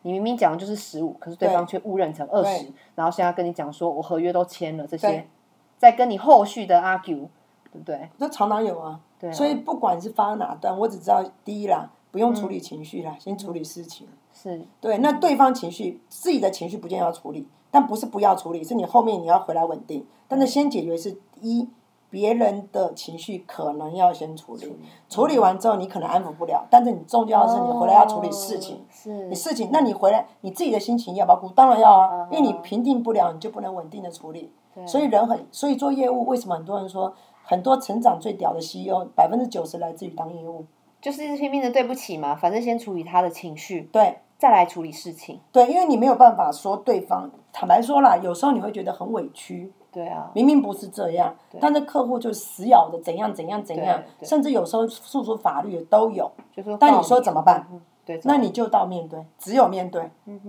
Speaker 1: 你明明讲的就是十五，可是对
Speaker 2: 对
Speaker 1: 方却误认成二十
Speaker 2: 对，
Speaker 1: 然后现在跟你讲说，我合约都签了，这些
Speaker 2: 对
Speaker 1: 再跟你后续的 argue，对不对？
Speaker 2: 这常常有啊。
Speaker 1: 对啊
Speaker 2: 所以不管是发哪段，我只知道第一啦，不用处理情绪啦，先处理事情。
Speaker 1: 是
Speaker 2: 对，那对方情绪，自己的情绪不见得要处理，但不是不要处理，是你后面你要回来稳定。但是先解决是一，别人的情绪可能要先处理，处理完之后你可能安抚不了，但是你重要的是你回来要处理事情。
Speaker 1: 哦是
Speaker 2: 你事情，那你回来你自己的心情要不要顾？当然要啊，
Speaker 1: 嗯
Speaker 2: 因为你平定不了，你就不能稳定的处理。
Speaker 1: 对
Speaker 2: 所以人很，所以做业务为什么很多人说很多成长最屌的 CEO 百分之九十来自于当业务？
Speaker 1: 就是一直拼命的对不起嘛，反正先处理他的情绪，
Speaker 2: 对
Speaker 1: 再来处理事情。
Speaker 2: 对，因为你没有办法说对方，坦白说啦，有时候你会觉得很委屈，
Speaker 1: 对啊，
Speaker 2: 明明不是这样，但是客户就死咬着怎样怎样怎样
Speaker 1: 对，对
Speaker 2: 甚至有时候诉诸法律的都有。
Speaker 1: 就说
Speaker 2: 但
Speaker 1: 告
Speaker 2: 你说怎么办？
Speaker 1: 嗯对，怎
Speaker 2: 那
Speaker 1: 么
Speaker 2: 你就到面对，只有面对。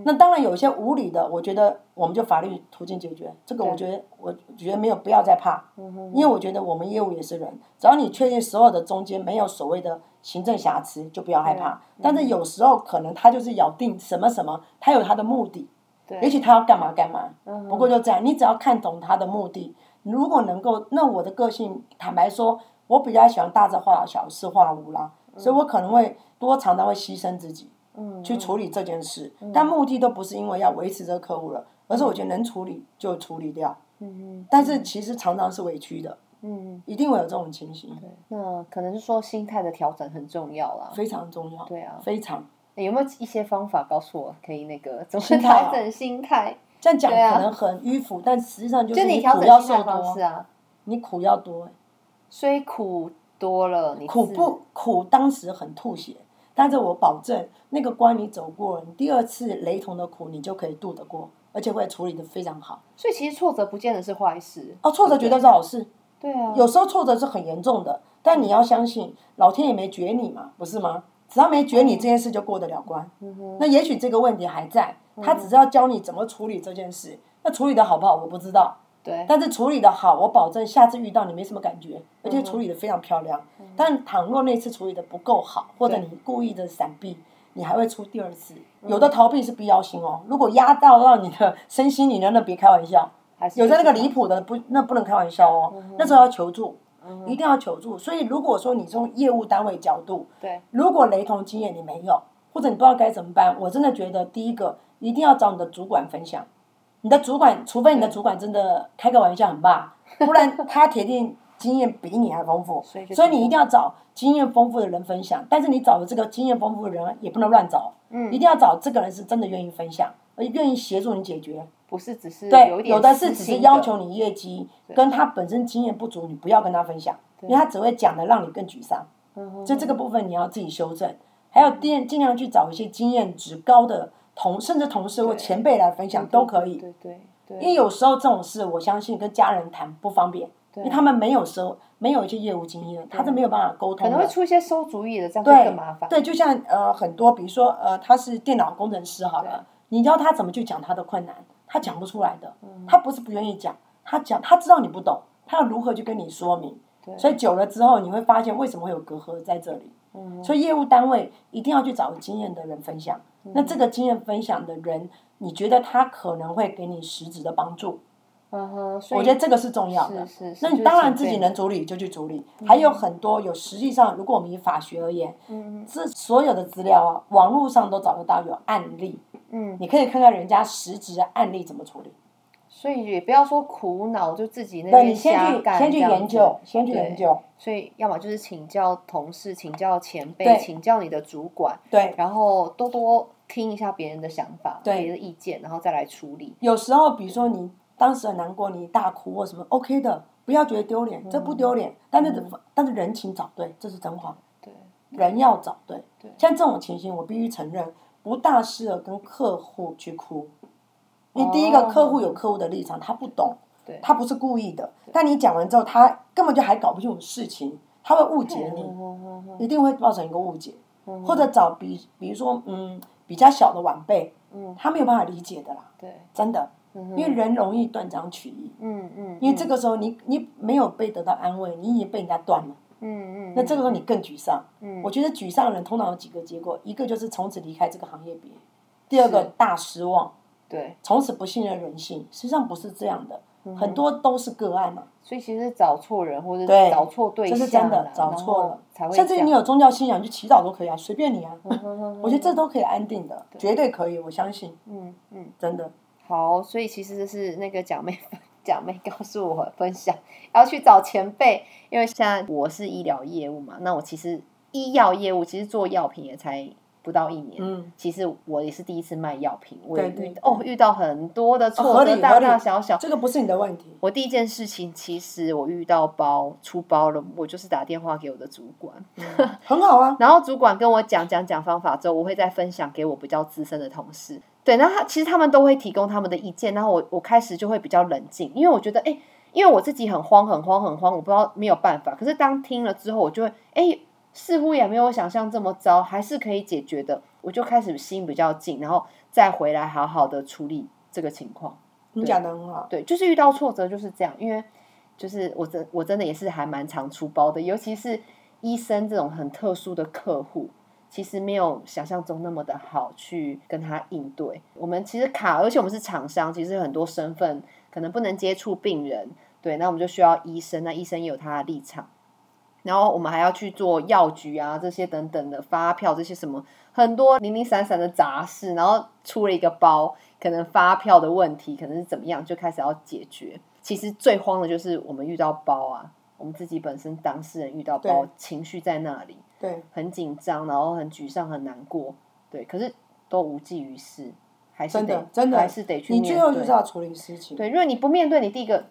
Speaker 2: 那当然有一些无理的，我觉得我们就法律途径解决。这个我觉得，我觉得没有不要再怕，因为我觉得我们业务也是人，只要你确定所有的中间没有所谓的行政瑕疵，就不要害怕。但是有时候可能他就是咬定什么什么，他有他的目的，
Speaker 1: 对
Speaker 2: 也许他要干嘛干嘛。不过就这样，你只要看懂他的目的，如果能够，那我的个性，坦白说，我比较喜欢大字化小，小事化无啦，所以我可能会多常常会牺牲自己，
Speaker 1: 嗯
Speaker 2: 去处理这件事，但目的都不是因为要维持这个客户了，而是我觉得能处理就处理掉。
Speaker 1: 嗯
Speaker 2: 但是其实常常是委屈的，
Speaker 1: 嗯，
Speaker 2: 一定会有这种情形，
Speaker 1: 对，那可能是说心态的调整很重要啦。
Speaker 2: 非常重要，
Speaker 1: 对啊，
Speaker 2: 非常。
Speaker 1: 诶有没有一些方法告诉我可以那个怎么
Speaker 2: 心态啊
Speaker 1: 调整心态？
Speaker 2: 这样讲
Speaker 1: 对啊
Speaker 2: 可能很迂腐，但实际上就
Speaker 1: 就是你调
Speaker 2: 苦
Speaker 1: 整
Speaker 2: 要
Speaker 1: 心态
Speaker 2: 受
Speaker 1: 的方
Speaker 2: 多
Speaker 1: 式，啊，
Speaker 2: 你苦要多、欸
Speaker 1: 虽苦多了，你
Speaker 2: 苦
Speaker 1: 自
Speaker 2: 不苦？当时很吐血，但是我保证，那个关你走过了，你第二次雷同的苦，你就可以渡得过，而且会处理的非常好。
Speaker 1: 所以其实挫折不见得是坏事。
Speaker 2: 哦，挫折绝对是好事，
Speaker 1: 对啊，
Speaker 2: 有时候挫折是很严重的，但你要相信，老天也没绝你嘛，不是吗？只要没绝你，这件事就过得了关。
Speaker 1: 嗯
Speaker 2: 那也许这个问题还在，他只是要教你怎么处理这件事。那处理的好不好，我不知道。
Speaker 1: 对
Speaker 2: 但是处理的好，我保证下次遇到你没什么感
Speaker 1: 嗯
Speaker 2: 觉，而且处理的非常漂亮。但倘若那次处理的不够好，或者
Speaker 1: 对
Speaker 2: 你故意的闪避，你还会出第二次。
Speaker 1: 嗯
Speaker 2: 有的逃避是必要性哦，如果压到到你的身心灵了，那别开玩笑。
Speaker 1: 还是
Speaker 2: 有在那个
Speaker 1: 必须
Speaker 2: 离谱的不，那不能开玩笑哦，
Speaker 1: 嗯
Speaker 2: 那时候要求助，一定要求助。所以如果说你从业务单位角度，
Speaker 1: 对
Speaker 2: 如果雷同经验你没有，或者你不知道该怎么办，我真的觉得第一个一定要找你的主管分享。你的主管，除非你的
Speaker 1: 嗯
Speaker 2: 主管真的开个玩笑很 霸，不然他铁定经验比你还丰富。
Speaker 1: 所以就
Speaker 2: 所以你一定要找经验丰富的人分享，但是你找的这个经验丰富的人也不能乱找，
Speaker 1: 嗯
Speaker 2: 一定要找这个人是真的愿意分享，而愿意协助你解决。
Speaker 1: 不是只是有一
Speaker 2: 对，
Speaker 1: 点
Speaker 2: 有的是只
Speaker 1: 私
Speaker 2: 是
Speaker 1: 心
Speaker 2: 要求你业绩，跟他本身经验不足，你不要跟他分享，因为他只会讲的让你更沮丧。
Speaker 1: 嗯
Speaker 2: 所以这个部分你要自己修正，还有尽尽量去找一些经验值高的同，甚至同事或前辈来分享都可以。
Speaker 1: 对对对
Speaker 2: 因为有时候这种事，我相信跟家人谈不方便，因为他们没有时候没有一些业务经验，他是没有办法沟
Speaker 1: 可
Speaker 2: 通的。
Speaker 1: 能会出一些馊主意的，这样就更麻烦。
Speaker 2: 对，就像呃很多，比如说呃他是电脑工程师好了，你知道他怎么去讲他的困难，他讲不出来的，
Speaker 1: 嗯
Speaker 2: 他不是不愿意讲，他讲他知道你不懂，他要如何去跟你说明。所以久了之后，你会发现为什么会有隔阂在这里。
Speaker 1: 嗯
Speaker 2: 所以业务单位一定要去找有经验的人分享。那
Speaker 1: 嗯
Speaker 2: 这个经验分享的人，你觉得他可能会给你实质的帮助？
Speaker 1: 嗯哼，所以
Speaker 2: 我觉得这个是重要的。
Speaker 1: 是是是，
Speaker 2: 那
Speaker 1: 就
Speaker 2: 你
Speaker 1: 是嗯
Speaker 2: 当然
Speaker 1: 前
Speaker 2: 自己
Speaker 1: 辈
Speaker 2: 能处理就去处理，还有很多有实际上，如果我们以法学而言，
Speaker 1: 嗯
Speaker 2: 这所有的资料啊，网络上都找得到有案例，
Speaker 1: 嗯，
Speaker 2: 你可以看看人家实质的案例怎么处理。
Speaker 1: 所以也不要说苦恼，就自己那
Speaker 2: 对你
Speaker 1: 边
Speaker 2: 先
Speaker 1: 瞎
Speaker 2: 去
Speaker 1: 干
Speaker 2: 先去
Speaker 1: 这样
Speaker 2: 研
Speaker 1: 子
Speaker 2: 究，先去
Speaker 1: 对
Speaker 2: 研究，
Speaker 1: 所以要么就是请教同事、请教前辈、
Speaker 2: 对
Speaker 1: 请教你的主管，
Speaker 2: 对。
Speaker 1: 然后多多听一下别人的想法、
Speaker 2: 对
Speaker 1: 别人的意见，然后再来处理。
Speaker 2: 有时候，比如说你当时很难过，你大哭或什么，OK 的，不要觉得丢脸，
Speaker 1: 嗯
Speaker 2: 这不丢脸。但是但是人情找对，这是真话。
Speaker 1: 对，
Speaker 2: 人要找对。
Speaker 1: 对
Speaker 2: 像这种情形，我必须承认，不大适合跟客户去哭，因你第一个客户有客户的立场，他不懂
Speaker 3: 对，
Speaker 2: 他不是故意的。但你讲完之后，他根本就还搞不清楚事情，他会误解你，
Speaker 1: 嗯
Speaker 2: 一定会造成一个误解，或者找比比如说嗯比较小的晚辈，
Speaker 1: 嗯
Speaker 2: 他没有办法理解的啦，
Speaker 3: 对，
Speaker 2: 真的，
Speaker 1: 因
Speaker 2: 因为人容易断章取义。
Speaker 1: 嗯嗯，
Speaker 2: 因为这个时候你你没有被得到安慰，你已经被人家断了，
Speaker 1: 嗯嗯，
Speaker 2: 那这个时候你更沮丧。
Speaker 1: 嗯
Speaker 2: 我觉得沮丧的人通常有几个结果，一个就是从此离开这个行业别，第二
Speaker 3: 是
Speaker 2: 个大失望，
Speaker 3: 对，
Speaker 2: 从此不信任人性，实际上不是这样的，
Speaker 1: 嗯
Speaker 2: 很多都是个案嘛，
Speaker 3: 所以其实找错人或者
Speaker 2: 对
Speaker 3: 找错对
Speaker 2: 这
Speaker 3: 象啦，
Speaker 2: 是真的，找
Speaker 3: 然
Speaker 2: 错
Speaker 3: 后
Speaker 2: 了
Speaker 3: 才。会
Speaker 2: 甚至于你
Speaker 3: 这样
Speaker 2: 有宗教信仰，你去祈祷都可以啊，随便你啊。我
Speaker 1: 我
Speaker 2: 觉得这都可以安定的，绝对可以，我相信，
Speaker 1: 嗯嗯
Speaker 2: 真的。
Speaker 1: 好，所以其实是那个蒋妹 蒋妹告诉我分享，要去找前辈，因为现在我是医疗业务嘛，那我其实医药业务其实做药品也才不到一年。
Speaker 2: 嗯，
Speaker 1: 其实我也是第一次卖药品，我也
Speaker 2: 对对
Speaker 1: 遇哦遇到很多的
Speaker 2: 哦合
Speaker 1: 挫
Speaker 2: 理
Speaker 1: 折，大
Speaker 2: 合理
Speaker 1: 大小小，
Speaker 2: 这个不是你的 问题，
Speaker 1: 我第一件事情，其实我遇到包出包了，我就是打电话给我的主管，
Speaker 2: 嗯很好啊。
Speaker 1: 然后主管跟我讲讲讲方法之后，我会再分享给我比较资深的同事。对，那他其实他们都会提供他们的意见，然后我我开始就会比较冷静，因为我觉得，哎，因为我自己很慌很慌很慌，我不知道没有办法。可是当听了之后，我就会，哎，似乎也没有我想象这么糟，还是可以解决的。我就开始心比较静，然后再回来好好的处理这个情况。
Speaker 2: 你讲的很好，
Speaker 1: 对，就是遇到挫折就是这样，因为就是我真我真的也是还蛮常出包的，尤其是医生这种很特殊的客户，其实没有想象中那么的好去跟他应对。我们其实卡，而且我们是厂商，其实很多身份可能不能接触病人，对，那我们就需要医生，那医生也有他的立场。然后我们还要去做药局啊，这些等等的发票，这些什么很多零零散散的杂事，然后出了一个包，可能发票的问题，可能是怎么样，就开始要解决。其实最慌的就是我们遇到包啊，我们自己本身当事人遇到包
Speaker 2: 对，
Speaker 1: 情绪在那里，
Speaker 2: 对，
Speaker 1: 很紧张，然后很沮丧，很难过，对，可是都无济于事，还是
Speaker 2: 真的
Speaker 1: 得
Speaker 2: 真的
Speaker 1: 还是得去
Speaker 2: 你
Speaker 1: 面对。
Speaker 2: 最后就是要处理事情，
Speaker 1: 对，如果你不面对，你第一个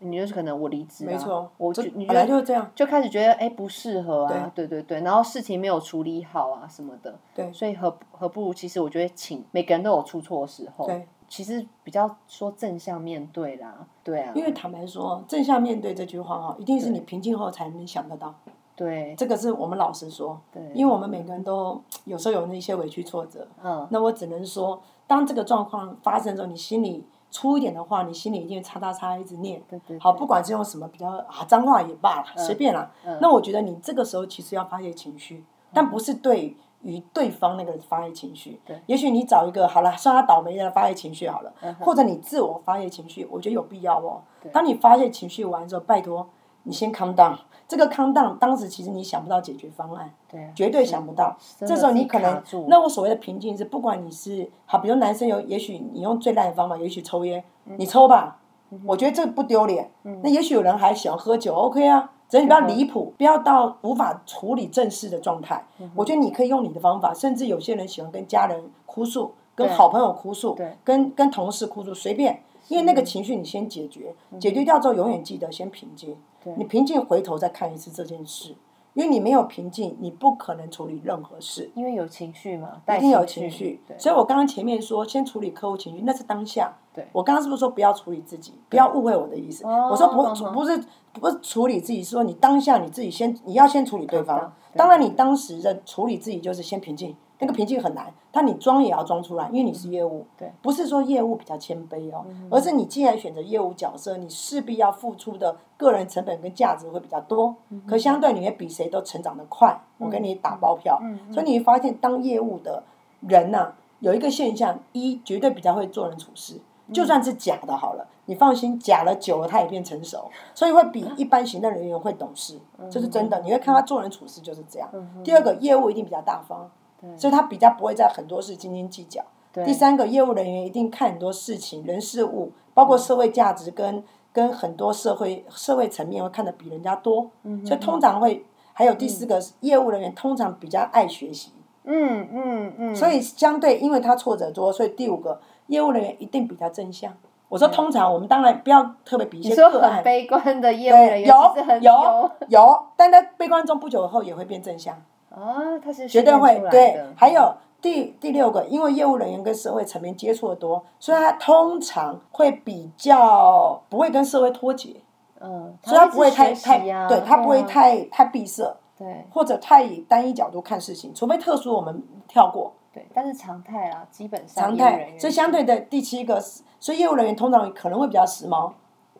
Speaker 1: 你就是可能我离职、啊，
Speaker 2: 没错，
Speaker 1: 我
Speaker 2: 这
Speaker 1: 就你
Speaker 2: 本来就是这样，
Speaker 1: 就开始觉得哎、不适合啊，对对对，然后事情没有处理好啊什么的，
Speaker 2: 对
Speaker 1: 所以何何不如其实我觉得请每个人都有出错的时候，
Speaker 2: 对，
Speaker 1: 其实比较说正向面对啦，对啊，
Speaker 2: 因为坦白说，正向面对这句话哈，一定是你平静后才能想得到。
Speaker 1: 对
Speaker 2: 这个是我们老实说，
Speaker 1: 对，
Speaker 2: 因为我们每个人都有时候有那些委屈挫折。
Speaker 1: 嗯
Speaker 2: 那我只能说，当这个状况发生的时候，你心里粗一点的话，你心里一定叉叉叉一直念。
Speaker 1: 对对，
Speaker 2: 好，
Speaker 1: 对
Speaker 2: 不管是用什么比较啊脏话也罢了，随便啦。
Speaker 1: 嗯
Speaker 2: 那我觉得你这个时候其实要发泄情绪，但不是对于对方那个发泄情绪。
Speaker 1: 对嗯
Speaker 2: 也许你找一个好了，算他倒霉的发泄情绪好了，或者你自我发泄情绪，我觉得有必要哦
Speaker 1: 对。
Speaker 2: 当你发泄情绪完之后，拜托你先 calm down。这个 calm down，当时其实你想不到解决方案，
Speaker 1: 对啊，
Speaker 2: 绝对想不到。
Speaker 1: 真
Speaker 2: 这
Speaker 1: 的
Speaker 2: 时候
Speaker 1: 自己
Speaker 2: 你可
Speaker 1: 卡
Speaker 2: 能
Speaker 1: 住，
Speaker 2: 那我所谓的平静是，不管你是好，比如男生有，也许你用最烂的方法，也许抽烟，
Speaker 1: 嗯
Speaker 2: 你抽吧，我觉得这不丢脸。那也许有人还喜欢喝酒，OK 啊，只要你不要离谱，不要到无法处理正事的状态。
Speaker 1: 嗯
Speaker 2: 我觉得你可以用你的方法，甚至有些人喜欢跟家人哭诉，跟
Speaker 1: 对
Speaker 2: 好朋友哭诉
Speaker 1: 对，
Speaker 2: 跟跟同事哭诉，随便。因为那个情绪你先解决，
Speaker 1: 嗯
Speaker 2: 解决掉之后永远记得先平静
Speaker 1: 对。
Speaker 2: 你平静回头再看一次这件事，因为你没有平静，你不可能处理任何事。
Speaker 1: 因为有情绪嘛，带
Speaker 2: 一定有
Speaker 1: 情
Speaker 2: 情绪。
Speaker 1: 对
Speaker 2: 所以我刚刚前面说，先处理客户情绪，那是当下。
Speaker 1: 对
Speaker 2: 我刚刚是不是说不要处理自己？不要误会我的意思。
Speaker 1: 哦
Speaker 2: 我说不
Speaker 1: 嗯哼
Speaker 2: 不是不是处理自己，是说你当下你自己先，你要先处理对
Speaker 1: 对
Speaker 2: 方。
Speaker 1: 对
Speaker 2: 当然，你当时的处理自己就是先平静，那个平静很难，但你装也要装出来，因为你是业务。
Speaker 1: 对嗯
Speaker 2: 不是说业务比较谦卑哦，而是你既然选择业务角色，你势必要付出的个人成本跟价值会比较多，
Speaker 1: 嗯
Speaker 2: 可相对你也比谁都成长得快。我跟你打包票，
Speaker 1: 嗯
Speaker 2: 所以你会发现当业务的人呐、有一个现象，一绝对比较会做人处事。就算是假的，好了，你放心，假了久了，他也变成熟，所以会比一般行政人员会懂事，这是真的。你会看他做人处事就是这样。第二个，业务一定比较大方，所以他比较不会在很多事斤斤计较。
Speaker 1: 对
Speaker 2: 第三个，业务人员一定看很多事情、人事物，包括社会价值跟跟很多社会社会层面会看得比人家多，所以通常会还有第四个，业务人员通常比较爱学习，
Speaker 1: 嗯嗯嗯，
Speaker 2: 所以相对因为他挫折多，所以第五个业务人员一定比较正向。我说通常我们当然不要特别比一
Speaker 1: 你
Speaker 2: 些
Speaker 1: 说
Speaker 2: 个案
Speaker 1: 很，悲观的业务人
Speaker 2: 对，
Speaker 1: 员其实很
Speaker 2: 有有，但在悲观中不久后也会变正向。
Speaker 1: 啊，他是
Speaker 2: 绝对
Speaker 1: 训练
Speaker 2: 会
Speaker 1: 出来
Speaker 2: 对
Speaker 1: 的。
Speaker 2: 还有第第六个，因为业务人员跟社会层面接触的多，所以他通常会比较不会跟社会脱节，
Speaker 1: 嗯，
Speaker 2: 所以他不会
Speaker 1: 一直
Speaker 2: 太
Speaker 1: 学
Speaker 2: 太
Speaker 1: 习啊
Speaker 2: 对他不会
Speaker 1: 啊
Speaker 2: 太太闭塞，
Speaker 1: 对
Speaker 2: 或者太以单一角度看事情，除非特殊我们跳过。
Speaker 1: 对，但是常态啊，基本上
Speaker 2: 常
Speaker 1: 业务人
Speaker 2: 态
Speaker 1: 员，
Speaker 2: 所以相对的第七个，所以业务人员通常可能会比较时髦，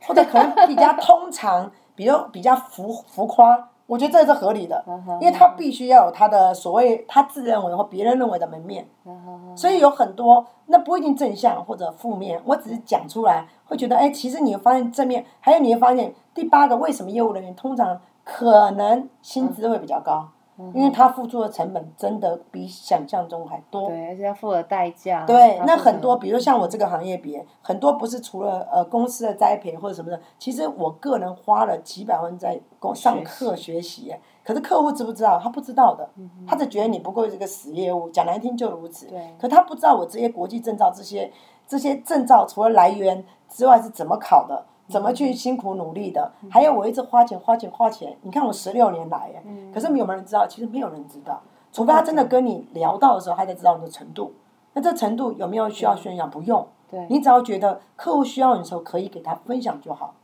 Speaker 2: 或者可能比较通常比较比较浮浮夸，我觉得这是合理的，
Speaker 1: 呵呵
Speaker 2: 因为他必须要有他的所谓他自认为或别人认为的门面，
Speaker 1: 呵呵呵
Speaker 2: 所以有很多那不一定正向或者负面，我只是讲出来会觉得，哎，其实你会发现正面，还有你会发现第八个，为什么业务人员通常可能薪资会比较高，
Speaker 1: 嗯
Speaker 2: 因为他付出的成本真的比想象中还多。
Speaker 1: 对，而且要付了代价。
Speaker 2: 对，
Speaker 1: 啊他
Speaker 2: 那
Speaker 1: 付
Speaker 2: 很
Speaker 1: 的
Speaker 2: 多，比如像我这个行业别，很多不是除了呃公司的栽培或者什么的，其实我个人花了几百万在公上课学习耶，可是客户知不知道？他不知道的，
Speaker 1: 嗯
Speaker 2: 他只觉得你不过是个死业务，讲难听就如此。
Speaker 1: 对
Speaker 2: 可他不知道我这些国际证照，这些这些证照除了来源之外是怎么考的，
Speaker 1: 嗯
Speaker 2: 怎么去辛苦努力的，还有我一直花钱花钱花钱，你看我十六年来耶，
Speaker 1: 嗯
Speaker 2: 可是有没有人知道？其实没有人知道，除非他真的跟你聊到的时候，他才知道你的程度。那这程度有没有需要宣扬？不用，
Speaker 1: 对，
Speaker 2: 你只要觉得客户需要你的时候，可以给他分享就好。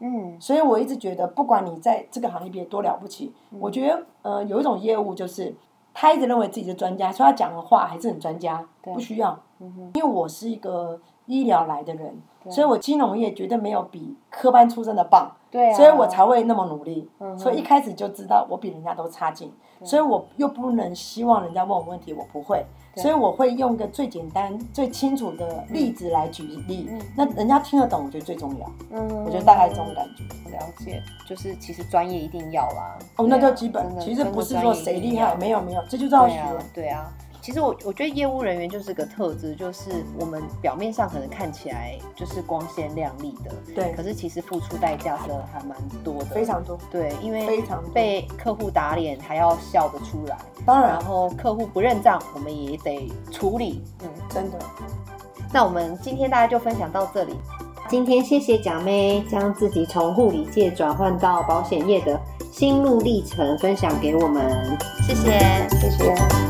Speaker 1: 嗯，
Speaker 2: 所以我一直觉得，不管你在这个行业别多了不起，
Speaker 1: 嗯
Speaker 2: 我觉得呃有一种业务就是他一直认为自己是专家，所以他讲的话还是很专家，
Speaker 1: 对
Speaker 2: 不需要。
Speaker 1: 嗯哼
Speaker 2: 因为我是一个医疗来的人，
Speaker 1: 对
Speaker 2: 所以我金融业绝对没有比科班出身的棒，
Speaker 1: 对啊，
Speaker 2: 所以我才会那么努力。
Speaker 1: 嗯哼
Speaker 2: 所以一开始就知道我比人家都差劲，所以我又不能希望人家问我问题，我不会，
Speaker 1: 对
Speaker 2: 所以我会用一个最简单、最清楚的例子来举例
Speaker 1: 嗯，
Speaker 2: 那人家听得懂，我觉得最重要。
Speaker 1: 嗯，
Speaker 2: 我觉得大概这种感觉。
Speaker 1: 了解，就是其实专业一定要啦。
Speaker 2: 哦，
Speaker 1: 对
Speaker 2: 那
Speaker 1: 啊
Speaker 2: 叫基
Speaker 1: 真
Speaker 2: 本，
Speaker 1: 的
Speaker 2: 其实
Speaker 1: 真的
Speaker 2: 不是
Speaker 1: 专
Speaker 2: 说
Speaker 1: 业一
Speaker 2: 谁
Speaker 1: 定
Speaker 2: 厉
Speaker 1: 要
Speaker 2: 害，没有没有，这就叫
Speaker 1: 对
Speaker 2: 学。
Speaker 1: 啊，对啊。其实我我觉得业务人员就是个特质，就是我们表面上可能看起来就是光鲜亮丽的，
Speaker 2: 对
Speaker 1: 可，是其实付出代价真的还蛮多的，
Speaker 2: 非常多，
Speaker 1: 对，因为
Speaker 2: 非常多。
Speaker 1: 被客户打脸还要笑得出来，
Speaker 2: 当然
Speaker 1: 然，后客户不认账，我们也得处理。嗯，
Speaker 2: 真的，
Speaker 1: 那我们今天大家就分享到这里。今天谢谢蒋妹将自己从护理界转换到保险业的心路历程分享给我们，谢谢。
Speaker 2: 谢谢。